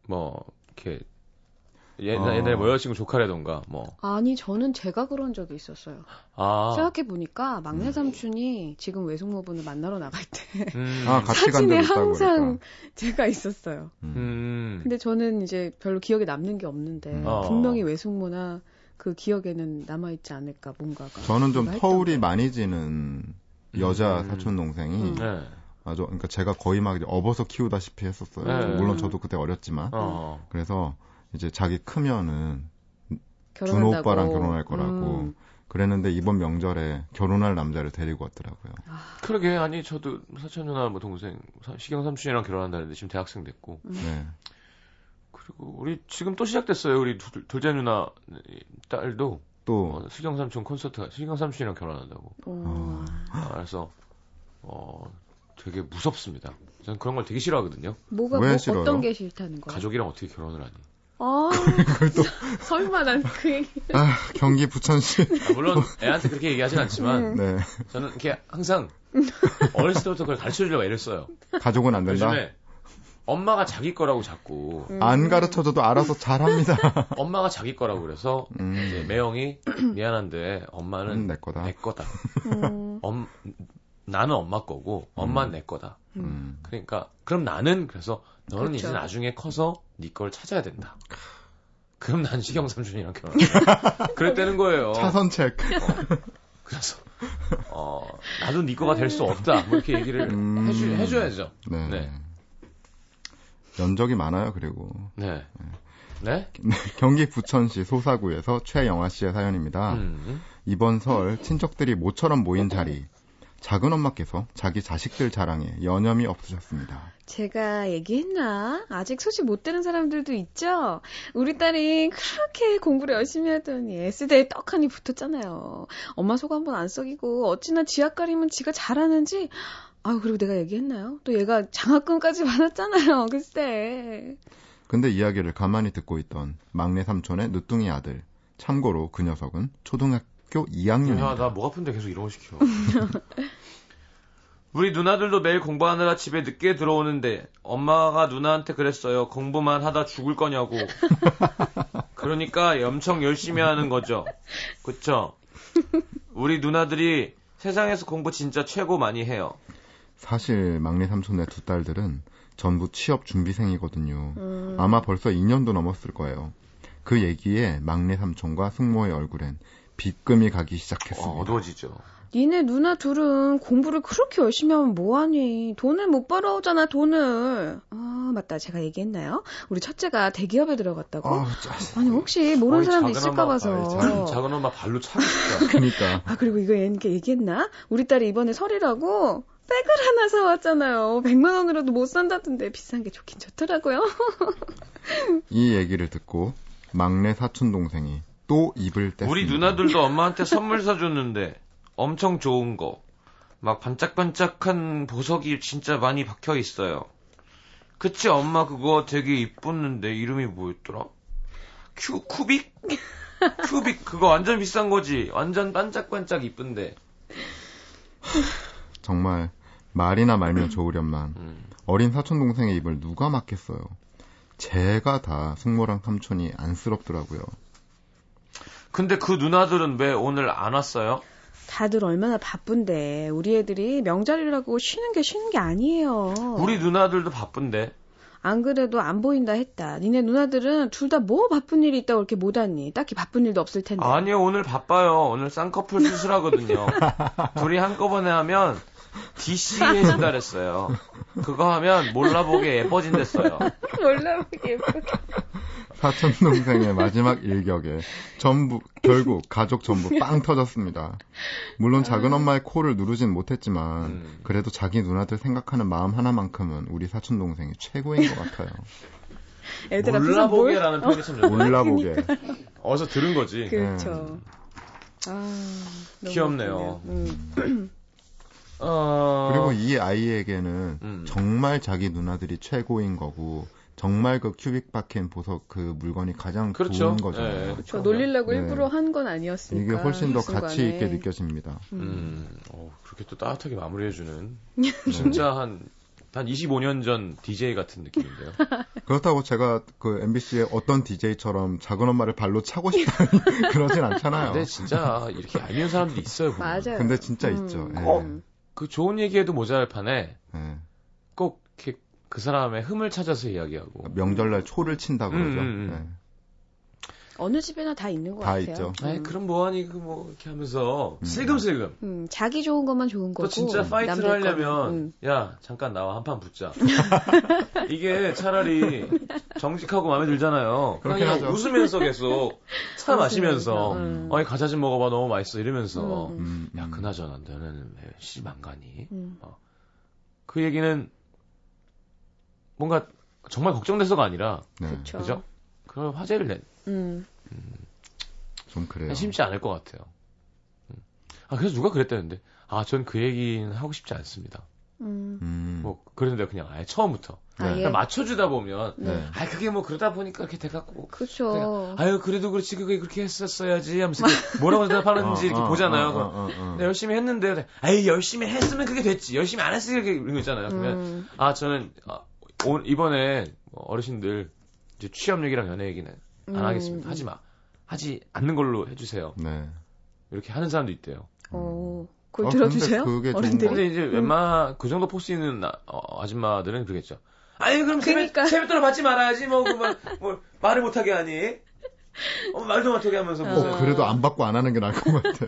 뭐 이렇게 어. 옛날, 에뭐 여자친구 조카라던가 뭐 아니, 저는 제가 그런 적이 있었어요. 아, 생각해보니까 막내 삼촌이 지금 외숙모분을 만나러 나갈 때 음, 아, 같이 간 사진에 적이 있다고 항상 그러니까. 제가 있었어요. 음, 근데 저는 이제 별로 기억에 남는 게 음. 없는데 어. 분명히 외숙모나 그 기억에는 남아있지 않을까 뭔가가. 저는 좀 뭔가 했던 터울이 많이 지는 여자 음. 사촌 동생이 음. 네, 아주 그러니까 제가 거의 막 이제 업어서 키우다시피 했었어요. 음. 네. 물론 저도 그때 어렸지만. 음. 어, 그래서 이제 자기 크면은 준호 결혼한다고. 오빠랑 결혼할 거라고 음. 그랬는데 이번 명절에 결혼할 남자를 데리고 왔더라고요. 그러게 아니 저도 사촌 누나 뭐 동생 사- 시경 삼촌이랑 결혼한다는데 지금 대학생 됐고 네. 그리고 우리 지금 또 시작됐어요 우리 둘, 둘째 누나 딸도 또 어, 시경 삼촌 콘서트 시경 삼촌이랑 결혼한다고 어. 아, 그래서 어 되게 무섭습니다. 전 그런 걸 되게 싫어하거든요. 뭐가 왜 뭐 싫어요? 어떤 게 싫다는 거야? 가족이랑 어떻게 결혼을 하니? 아, 설마 난 그 얘기. 아, 경기 부천시. 아, 물론 애한테 그렇게 얘기하진 않지만 네. 저는 이렇게 항상 어렸을 때부터 그걸 가르쳐 주려고 애를 써요. 가족은 안 된다. 요즘에 엄마가 자기 거라고 자꾸 안 가르쳐줘도 알아서 잘합니다. 엄마가 자기 거라고 그래서 음. 이제 매형이 미안한데 음, 엄마는 내 거다. 내 거다. 음, 엄 나는 엄마 거고 엄마는 내 거다. 음. 그러니까 그럼 나는 그래서 너는 그렇죠. 이제 나중에 커서 네 걸 찾아야 된다. 그럼 난 시경 삼촌이랑 결혼. 그랬다는 거예요. 차선 체크. 그래서 어 나도 네 거가 될 수 없다. 뭐 이렇게 얘기를 음. 해주 해줘야죠. 네. 네. 면적이 많아요, 그리고. 네. 네. 경기 부천시 소사구에서 최영아 씨의 사연입니다. 음. 이번 설 친척들이 모처럼 모인 자리. 작은 엄마께서 자기 자식들 자랑에 여념이 없으셨습니다. 제가 얘기했나? 아직 소식 못 들은 사람들도 있죠? 우리 딸이 그렇게 공부를 열심히 하더니 S대에 떡하니 붙었잖아요. 엄마 속 한번 안 썩이고 어찌나 지학거리면 지가 잘하는지 아유 그리고 내가 얘기했나요? 또 얘가 장학금까지 받았잖아요. 그 글쎄. 근데 이야기를 가만히 듣고 있던 막내 삼촌의 늦둥이 아들. 참고로 그 녀석은 초등학교 2학년입니다. 야, 나 목 아픈데 계속 이런 거 시켜. 우리 누나들도 매일 공부하느라 집에 늦게 들어오는데 엄마가 누나한테 그랬어요. 공부만 하다 죽을 거냐고. 그러니까 엄청 열심히 하는 거죠. 그쵸? 우리 누나들이 세상에서 공부 진짜 최고 많이 해요. 사실 막내 삼촌의 두 딸들은 전부 취업 준비생이거든요. 음. 아마 벌써 2년도 넘었을 거예요. 그 얘기에 막내 삼촌과 숙모의 얼굴엔 비금이 가기 시작했습니다. 어, 두워지죠 니네 누나 둘은 공부를 그렇게 열심히 하면 뭐하니? 돈을 못 벌어오잖아, 돈을. 아, 맞다. 제가 얘기했나요? 우리 첫째가 대기업에 들어갔다고? 아우, 짜증. 아니, 혹시 모르는 어이, 사람도 작은 있을까 엄마, 봐서. 아이, 작은, 작은 엄마 발로 차고 싶다. 그러니까 아, 그리고 이거 얘기- 얘기했나? 우리 딸이 이번에 설이라고 백을 하나 사왔잖아요. 100만 원으로도 못 산다던데 비싼 게 좋긴 좋더라고요. 이 얘기를 듣고 막내 사촌 동생이 또 입을 뗐습니다. 우리 누나들도 엄마한테 선물 사줬는데 엄청 좋은 거. 막 반짝반짝한 보석이 진짜 많이 박혀 있어요. 그치 엄마 그거 되게 이뻤는데 이름이 뭐였더라? 큐 쿠빅? 큐빅 그거 완전 비싼 거지. 완전 반짝반짝 이쁜데. 정말 말이나 말면 좋으련만 음. 어린 사촌 동생의 입을 누가 막겠어요. 제가 다 숙모랑 삼촌이 안쓰럽더라고요. 근데 그 누나들은 왜 오늘 안 왔어요? 다들 얼마나 바쁜데 우리 애들이 명절이라고 쉬는 게 쉬는 게 아니에요. 우리 누나들도 바쁜데. 안 그래도 안 보인다 했다. 니네 누나들은 둘 다 뭐 바쁜 일이 있다고 이렇게 못 왔니? 딱히 바쁜 일도 없을 텐데. 아니요 오늘 바빠요. 오늘 쌍꺼풀 수술하거든요. 둘이 한꺼번에 하면 DC해진다 그랬어요. 그거 하면 몰라보게 예뻐진댔어요. 몰라 보게 예쁘게. 사촌 동생의 마지막 일격에 전부 결국 가족 전부 빵 터졌습니다. 물론 작은 엄마의 코를 누르진 못했지만 음. 그래도 자기 누나들 생각하는 마음 하나만큼은 우리 사촌 동생이 최고인 것 같아요. 애들 앞에서 뭘? 몰라보게라는 표현이 참 좋아요. 몰라보게. 어디서 들은 거지. 음. 그렇죠. 아, 너무 귀엽네요. 웃기네요. 음. 어... 그리고 이 아이에게는 음. 정말 자기 누나들이 최고인 거고 정말 그 큐빅 박힌 보석 그 물건이 가장 그렇죠. 좋은 예. 거잖아요. 저 놀리려고 네. 일부러 한 건 아니었으니까. 이게 훨씬 더그 순간에. 가치 있게 느껴집니다. 음, 어, 그렇게 또 따뜻하게 마무리해주는 진짜 한, 한 25년 전 DJ 같은 느낌인데요. 그렇다고 제가 그 MBC의 어떤 DJ처럼 작은 엄마를 발로 차고 싶다 그러진 않잖아요. 근데 네, 진짜 이렇게 알면 사람들이 있어요. 보면. 어. 맞아요. 근데 진짜 음. 있죠. 예. 어? 그 좋은 얘기에도 모자랄 판에 예. 꼭 이렇게 그 사람의 흠을 찾아서 이야기하고 그러니까 명절날 초를 친다 그러죠. 네. 음, 음, 어느 집에나 다 있는 것 다 같아요. 있죠. 아이, 음. 그럼 뭐하니, 그 뭐, 이렇게 하면서, 슬금슬금. 음, 자기 좋은 것만 좋은 거고. 뭐, 또 진짜 파이트를 남들 거는, 하려면, 음. 야, 잠깐 나와, 한 판 붙자. 이게 차라리 정직하고 마음에 들잖아요. 그냥 그렇긴 하죠. 웃으면서 계속 차 마시면서, 음. 어이, 과자 좀 먹어봐, 너무 맛있어, 이러면서. 음, 음, 야, 음. 그나저나, 너는 왜 시집 안 가니? 음. 그 얘기는, 뭔가, 정말 걱정돼서가 아니라, 네, 그쵸. 그죠? 그런 화제를 낸, 음. 좀 그래요. 심지 않을 것 같아요. 음. 아, 그래서 누가 그랬다는데. 아, 전 그 얘기는 하고 싶지 않습니다. 음. 음. 뭐 그런데 그냥 아예 처음부터 아, 네. 예. 그냥 맞춰주다 보면 네. 네. 아 그게 뭐 그러다 보니까 이렇게 돼갖고 그렇죠. 아유 그래도 그렇지 그게 그렇게 했었어야지 하면서 이렇게 뭐라고 대답하는지 이렇게 어, 어, 보잖아요. 어, 어, 그럼 어, 어. 네, 열심히 했는데 아이 열심히 했으면 그게 됐지 열심히 안 했으면 이렇게 이런 거 있잖아요. 그러면 음. 아 저는 아, 오- 이번에 뭐 어르신들 이제 취업 얘기랑 연애 얘기는 안 음. 하겠습니다. 하지 마. 하지 않는 걸로 해주세요. 네. 이렇게 하는 사람도 있대요. 오. 그걸 어, 들어주세요. 근데 그게 좋은 어른들이. 근데 이제 음. 웬만 그 정도 포스 있는 아, 줌마들은 그러겠죠. 아니 그럼 그러니까. 세뱃 세뱃돈을 받지 말아야지 뭐, 그 뭐, 뭐 말을 못하게 하니 어, 말도 못하게 하면서 어, 무슨 어, 그래도 안 받고 안 하는 게 나을 것 같아.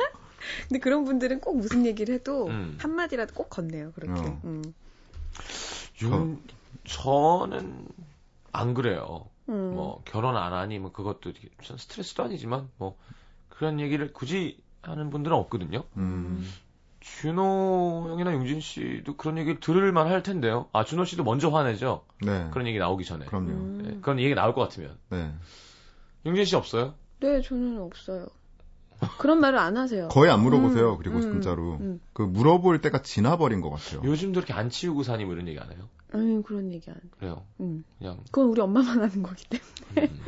근데 그런 분들은 꼭 무슨 얘기를 해도 음. 한마디라도 꼭 건네요. 그렇게. 어. 음. 요- 저는 안 그래요. 음. 뭐 결혼 안 하니 뭐 그것도 이렇게 참 스트레스도 아니지만 뭐 그런 얘기를 굳이 하는 분들은 없거든요. 음. 준호 형이나 용진 씨도 그런 얘기를 들을만 할 텐데요. 아 준호 씨도 먼저 화내죠. 네. 그런 얘기 나오기 전에. 그럼요. 음. 네, 그런 얘기 나올 것 같으면. 네. 용진 씨 없어요? 네, 저는 없어요. 그런 말을 안 하세요. 거의 안 물어보세요. 음, 그리고 음, 진짜로 음. 그 물어볼 때가 지나버린 것 같아요. 요즘도 이렇게 안 치우고 사니 뭐 이런 얘기 안 해요? 아니, 그런 얘기 안. 그래요. 음. 그냥. 그건 우리 엄마만 하는 거기 때문에. 음.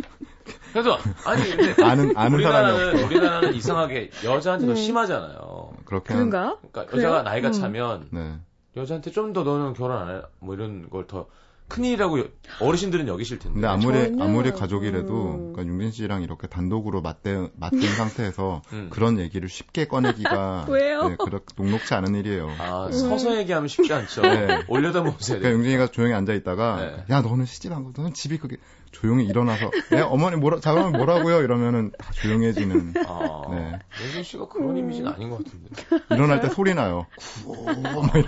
그래도 아니 근데 아는 아는 사람이 없어. 우리나라는 우리나라는 이상하게 여자한테 더 네. 심하잖아요. 그렇게 한- 그런가? 그러니까 그래요? 여자가 나이가 음. 차면 네. 여자한테 좀 더 너는 결혼 안 해? 뭐 이런 걸 더 큰일이라고 여- 어르신들은 여기실 텐데. 근데 아무리 전혀. 아무리 가족이라도 음. 그러니까 윤빈 씨랑 이렇게 단독으로 맞대 맞댄 상태에서 음. 그런 얘기를 쉽게 꺼내기가 왜요? 네, 그렇 녹록치 않은 일이에요. 음. 아, 서서 얘기하면 쉽지 않죠. 네. 올려다 보세요. 그러니까 용진이가 조용히 앉아 있다가 네. 야 너는 시집 안 가고 너는 집이 그게 조용히 일어나서 네, 어머니 뭐라 자면 뭐라고요 이러면은 다 조용해지는 아, 네. 예준 씨가 그런 음. 이미지는 아닌 것 같은데. 일어날 때 소리 나요 네.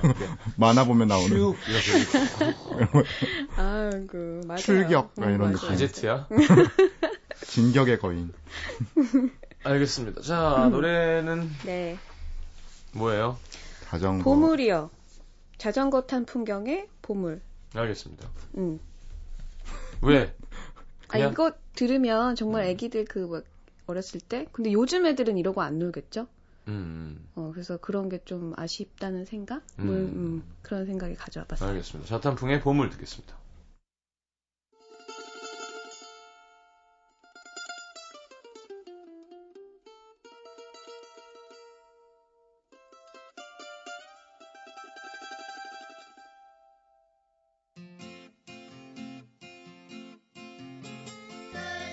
만화 보면 나오는 쭉 이렇게 아, 그, 맞아요. 출격, 음, 이런 맞아요. 느낌. 가제트야? 진격의 거인 알겠습니다. 자, 음. 노래는 네. 뭐예요? 자전거 보물이요. 자전거 탄 풍경의 보물. 알겠습니다. 음. 왜? 아 그냥- 이거 들으면 정말 아기들 그 막 어렸을 때 근데 요즘 애들은 이러고 안 놀겠죠? 음, 어 그래서 그런 게 좀 아쉽다는 생각, 음. 음, 아, 음, 그런 생각이 가져와봤어요. 알겠습니다. 자탄풍의 보물 듣겠습니다.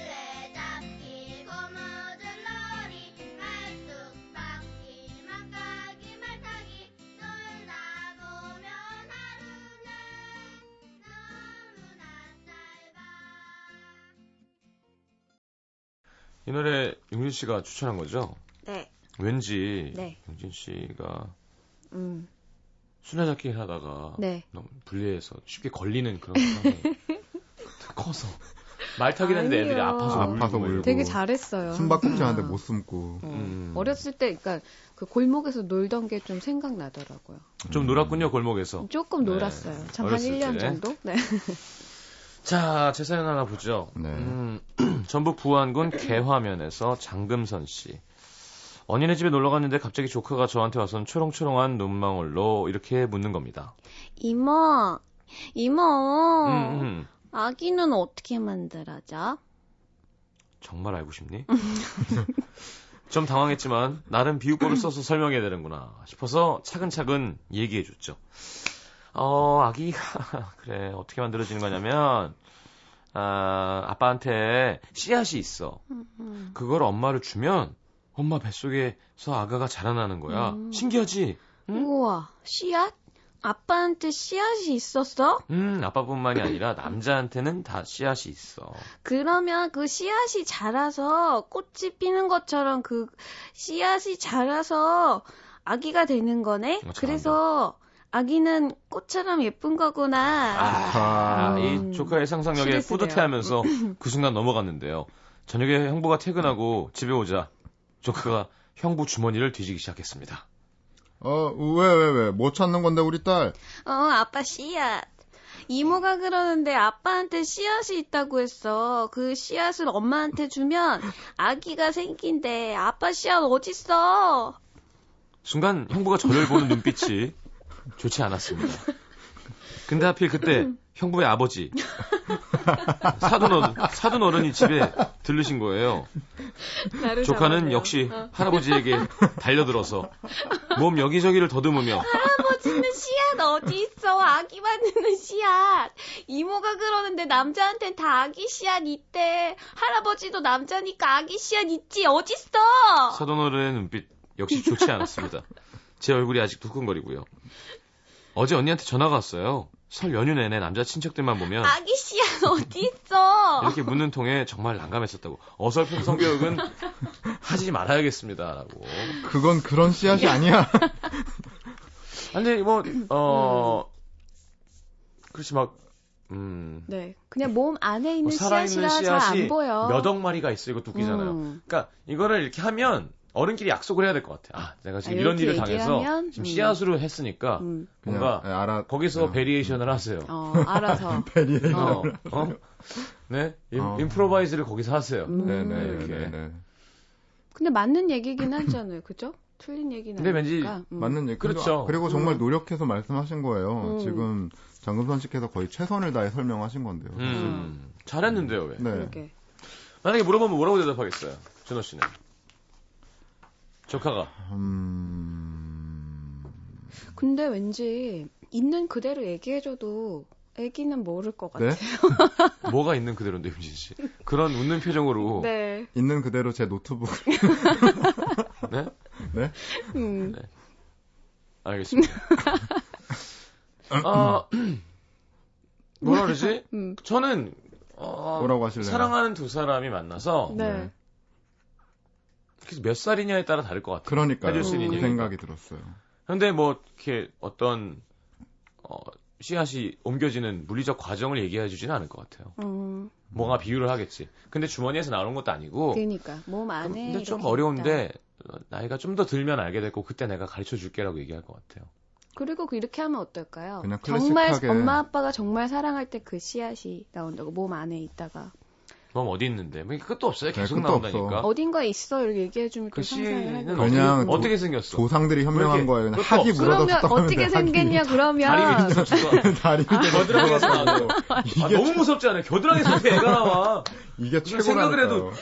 둘레잡기 고무줄놀이 말뚝박기 막가기 말타기 놀다 보면 하루는 너무나 짧아 이 노래 용진 씨가 추천한 거죠? 네, 왠지 네, 용진 씨가 음, 수레잡기 하다가 네. 너무 불리해서 쉽게 걸리는 그런 상황이 커서 말 타긴 했는데 애들이 아니에요. 아파서 울고 아파서 막 이러고. 울고. 되게 잘했어요. 숨바꼭질 아. 하는데 못 숨고 어, 음. 어렸을 때, 그러니까 그 골목에서 놀던 게 좀 생각나더라고요. 좀 놀았군요 골목에서. 조금 네. 어. 놀았어요. 참 한 어렸을 1년 때. 정도? 네. 자, 제 사연 하나 보죠. 네. 음, 전북 부안군 개화면에서 장금선 씨. 언니네 집에 놀러 갔는데 갑자기 조카가 저한테 와서는 초롱초롱한 눈망울로 이렇게 묻는 겁니다. 이모, 이모, 어. 음, 음. 아기는 어떻게 만들어져? 정말 알고 싶니? 좀 당황했지만 나름 비유법을 써서 설명해야 되는구나 싶어서 차근차근 얘기해 줬죠. 어, 아기가 그래 어떻게 만들어지는 거냐면 아, 아빠한테 씨앗이 있어. 그걸 엄마를 주면 엄마 뱃속에서 아가가 자라나는 거야. 음. 신기하지? 응? 우와, 씨앗? 아빠한테 씨앗이 있었어? 음, 아빠뿐만이 아니라 남자한테는 다 씨앗이 있어. 그러면 그 씨앗이 자라서 꽃이 피는 것처럼 그 씨앗이 자라서 아기가 되는 거네? 어, 잘한다. 그래서 아기는 꽃처럼 예쁜 거구나. 아, 음. 이 조카의 상상력에 시리즈네요. 음. 뿌듯해하면서 그 순간 넘어갔는데요. 저녁에 형부가 퇴근하고 집에 오자 조카가 형부 주머니를 뒤지기 시작했습니다. 어왜 왜 왜 못 찾는 건데 우리 딸 어, 아빠 씨앗. 이모가 그러는데 아빠한테 씨앗이 있다고 했어. 그 씨앗을 엄마한테 주면 아기가 생긴대. 아빠 씨앗 어딨어? 순간 형부가 저를 보는 눈빛이 좋지 않았습니다. 근데 하필 그때 형부의 아버지 사돈 어른, 사돈 어른이 집에 들르신 거예요. 나를 조카는 잡아내요. 역시 어. 할아버지에게 달려들어서 몸 여기저기를 더듬으며 할아버지는 씨앗 어디 있어? 아기 만드는 씨앗. 이모가 그러는데 남자한텐 다 아기 씨앗 있대. 할아버지도 남자니까 아기 씨앗 있지. 어딨어? 사돈 어른의 눈빛 역시 좋지 않았습니다. 제 얼굴이 아직 두근거리고요. 어제 언니한테 전화가 왔어요. 설 연휴 내내 남자 친척들만 보면 아기 씨앗 어디 있어? 이렇게 묻는 통에 정말 난감했었다고. 어설픈 성교육은 하지 말아야겠습니다라고. 그건 그런 씨앗이 아니야. 아니 뭐, 뭐어 음. 그렇지 막 음. 네. 그냥 몸 안에 뭐 있는 씨앗이라 살아있는 잘 안 씨앗이 보여. 몇 억 마리가 있어 이거 두기잖아요. 음. 그러니까 이거를 이렇게 하면 어른끼리 약속을 해야 될 것 같아. 아, 내가 지금 아, 이런 이렇게 일을 당해서 얘기하면? 지금 음. 씨앗으로 했으니까 음. 그냥, 뭔가 예, 알아. 거기서 예. 베리에이션을 하세요. 어, 알아서. 베리에이션. 어, 어? 네, 임, 어. 인프로바이즈를 거기서 하세요. 음. 이렇게. 네, 네네네. 근데 맞는 얘기긴 하잖아요. 그죠? 틀린 얘기는 근데 왠지 아니니까. 음. 맞는 얘기. 그렇죠. 그리고 정말 노력해서 말씀하신 거예요. 음. 지금 장금선 씨께서 거의 최선을 다해 설명하신 건데요. 음, 잘했는데요 왜? 네. 그러게. 만약에 물어보면 뭐라고 대답하겠어요, 준호 씨는? 조카가 음. 근데 왠지 있는 그대로 얘기해줘도 애기는 모를 것 같아요. 네? 뭐가 있는 그대로인데 임진 씨 그런 웃는 표정으로 네. 있는 그대로 제 노트북. 네? 네? 음. 알겠습니다. 어, 아, 뭐라 그러지? 음. 저는 어, 뭐라고 하실래요? 사랑하는 두 사람이 만나서 네. 네. 그래서 몇 살이냐에 따라 다를 것 같아요. 그러니까요. 해줄 그 수 있는 얘기니까. 생각이 들었어요. 그런데 뭐 이렇게 어떤 어, 씨앗이 옮겨지는 물리적 과정을 얘기해 주지는 않을 것 같아요. 음. 뭔가 비유를 하겠지. 근데 주머니에서 나오는 것도 아니고 그러니까 몸 어. 안에. 근데 좀 이렇게 있다. 어려운데 어, 나이가 좀 더 들면 알게 되고 그때 내가 가르쳐 줄게라고 얘기할 것 같아요. 그리고 그 이렇게 하면 어떨까요? 그냥 정말 클래식하게. 엄마 아빠가 정말 사랑할 때 그 씨앗이 나온다고 몸 안에 있다가 그럼 어디 있는데? 뭐 이게 끝도 없어요. 네, 계속 끝도 나온다니까. 없어. 어딘가에 있어 이렇게 얘기해주면 아. 그 또 상상을 하고 씨는 그냥 어떻게, 어떻게 생겼어? 조상들이 현명한 뭐 이렇게 거예요. 그냥 끝도 학이 없어? 물어다 그러면 붙었는데 어떻게 학이. 생겼냐 다리 그러면 밑에서 죽어. 다리 밑에 겨드랑이에서 들어가서 아, 나와요. 아, 너무 무섭지 않아요? 겨드랑이에서 어떻게 애가 나와? 이게 무슨 최고라니까요. 생각을 해도-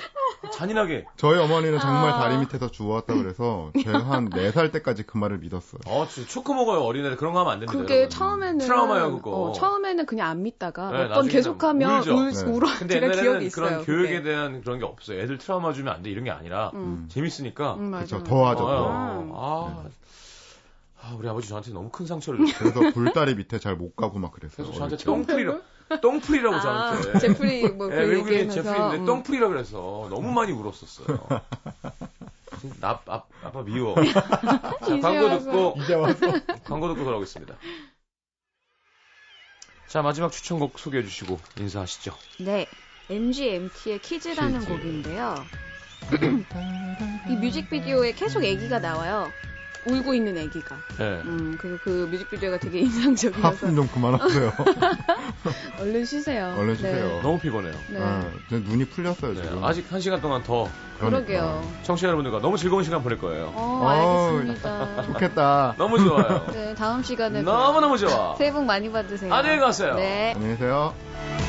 잔인하게. 저희 어머니는 정말 아. 다리 밑에서 주워왔다 그래서 제가 한 4살 때까지 그 말을 믿었어요. 어, 진짜 초코 먹어요, 어린애들. 그런 거 하면 안 됩니다. 그게 여러분. 처음에는 트라우마야, 그거. 어, 처음에는 그냥 안 믿다가 네, 몇 번 나중에는 계속하면 울죠. 울, 네. 울어 근데 제가 기억이 옛날에는 있어요. 그런 교육에 그게. 대한 그런 게 없어요. 애들 트라우마 주면 안 돼. 이런 게 아니라. 음. 재밌으니까. 음, 맞아. 그렇죠. 더하죠. 어, 더. 아, 네. 아, 우리 아버지 저한테 너무 큰 상처를 줬어요. 그래서 굴다리 밑에 잘 못 가고 막 그랬어요. 그래서 저한테 어릴 때. 똥풀이라고, 똥풀이라고 아, 저한테. 제프리 뭐 예, 그 외국인 얘기하면서 제프인데 음. 똥풀이라 그래서 너무 많이 울었었어요. 진짜 나, 아, 아빠 미워. 자, 이제 광고 와서. 듣고 이제 와서 광고 듣고 돌아오겠습니다. 자, 마지막 추천곡 소개해 주시고 인사하시죠. 음. 네. MGMT의 키즈라는 키즈. 곡인데요. 이 뮤직비디오에 계속 애기가 나와요. 울고 있는 아기가 네. 음 그리고 그 뮤직비디오가 되게 인상적이어서 하품 좀 그만하세요. 얼른 쉬세요. 얼른 쉬세요. 너무 피곤해요. 네. 아, 제 눈이 풀렸어요 네, 지금. 그러니까. 아직 한 시간 동안 더 그러게요. 청취자 여러분들과 너무 즐거운 시간 보낼 거예요. 어, 어우. 알겠습니다. 아, 좋겠다. 너무 좋아요. 네, 다음 시간에 너무너무 좋아. 새해 복 많이 받으세요. 안녕히 가세요. 네. 안녕히 계세요. 내